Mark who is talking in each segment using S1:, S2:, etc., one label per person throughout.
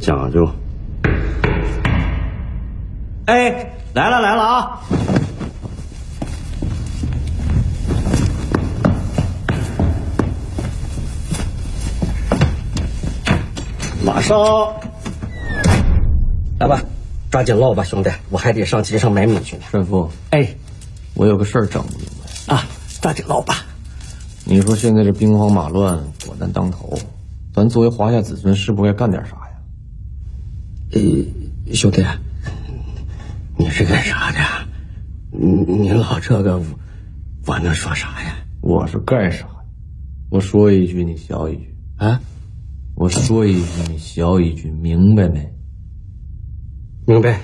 S1: 讲究。哎，来了来了啊！马上
S2: 来吧，抓紧唠吧，兄弟，我还得上街上买米去呢。
S3: 顺父，
S2: 哎，
S3: 我有个事儿整不明白。
S2: 啊，抓紧唠吧。
S3: 你说现在这兵荒马乱，国难当头，咱作为华夏子孙，是不是该干点啥呀？
S2: 呃，兄弟，你是干啥的？你你老这个，我我能说啥呀？
S3: 我是干啥呀？我说一句，你笑一句；
S2: 啊，
S3: 我说一句，你笑一句，明白没？
S2: 明白，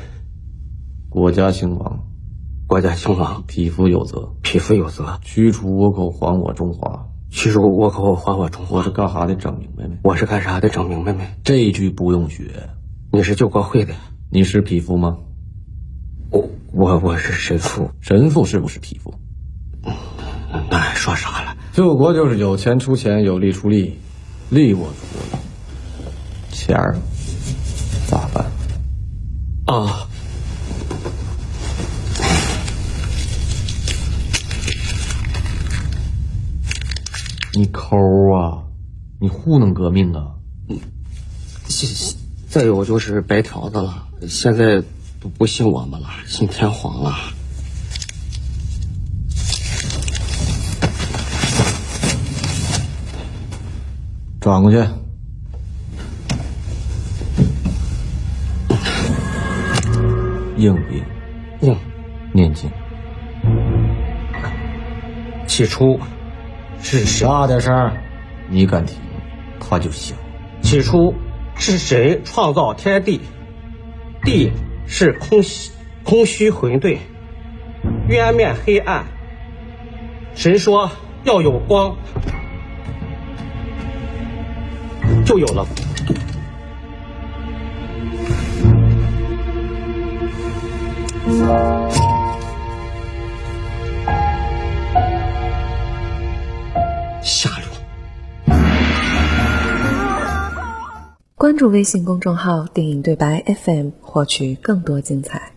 S3: 国家兴亡，
S2: 国家兴亡，
S3: 匹夫有责，
S2: 匹夫有责，
S3: 驱除倭寇，还我中华。
S2: 屈辱倭寇，还我中华。
S3: 我是干啥的？整明白没？
S2: 我是干啥的？整明白没？
S3: 这一句不用学。
S2: 你是救国会的，
S3: 你是匹夫吗？
S2: 我我我是神父，
S3: 神父是不是匹夫？
S2: 那还说啥了？
S3: 救国就是有钱出钱，有力出力，力我出我力。钱儿咋办？
S2: 啊，
S3: 你抠啊！你糊弄革命啊！
S2: 现再有就是白条子了，现在不不信我们了，信天皇了。
S3: 转过去。硬币，
S2: 嗯，
S3: 念经，
S2: 起初是谁？
S3: 大点声儿！你敢停，他就响。
S2: 起初是谁创造天地？地是空虚、空虚、混沌，渊面黑暗。神说要有光，就有了。下流。
S4: 关注微信公众号“电影对白 FM”，获取更多精彩。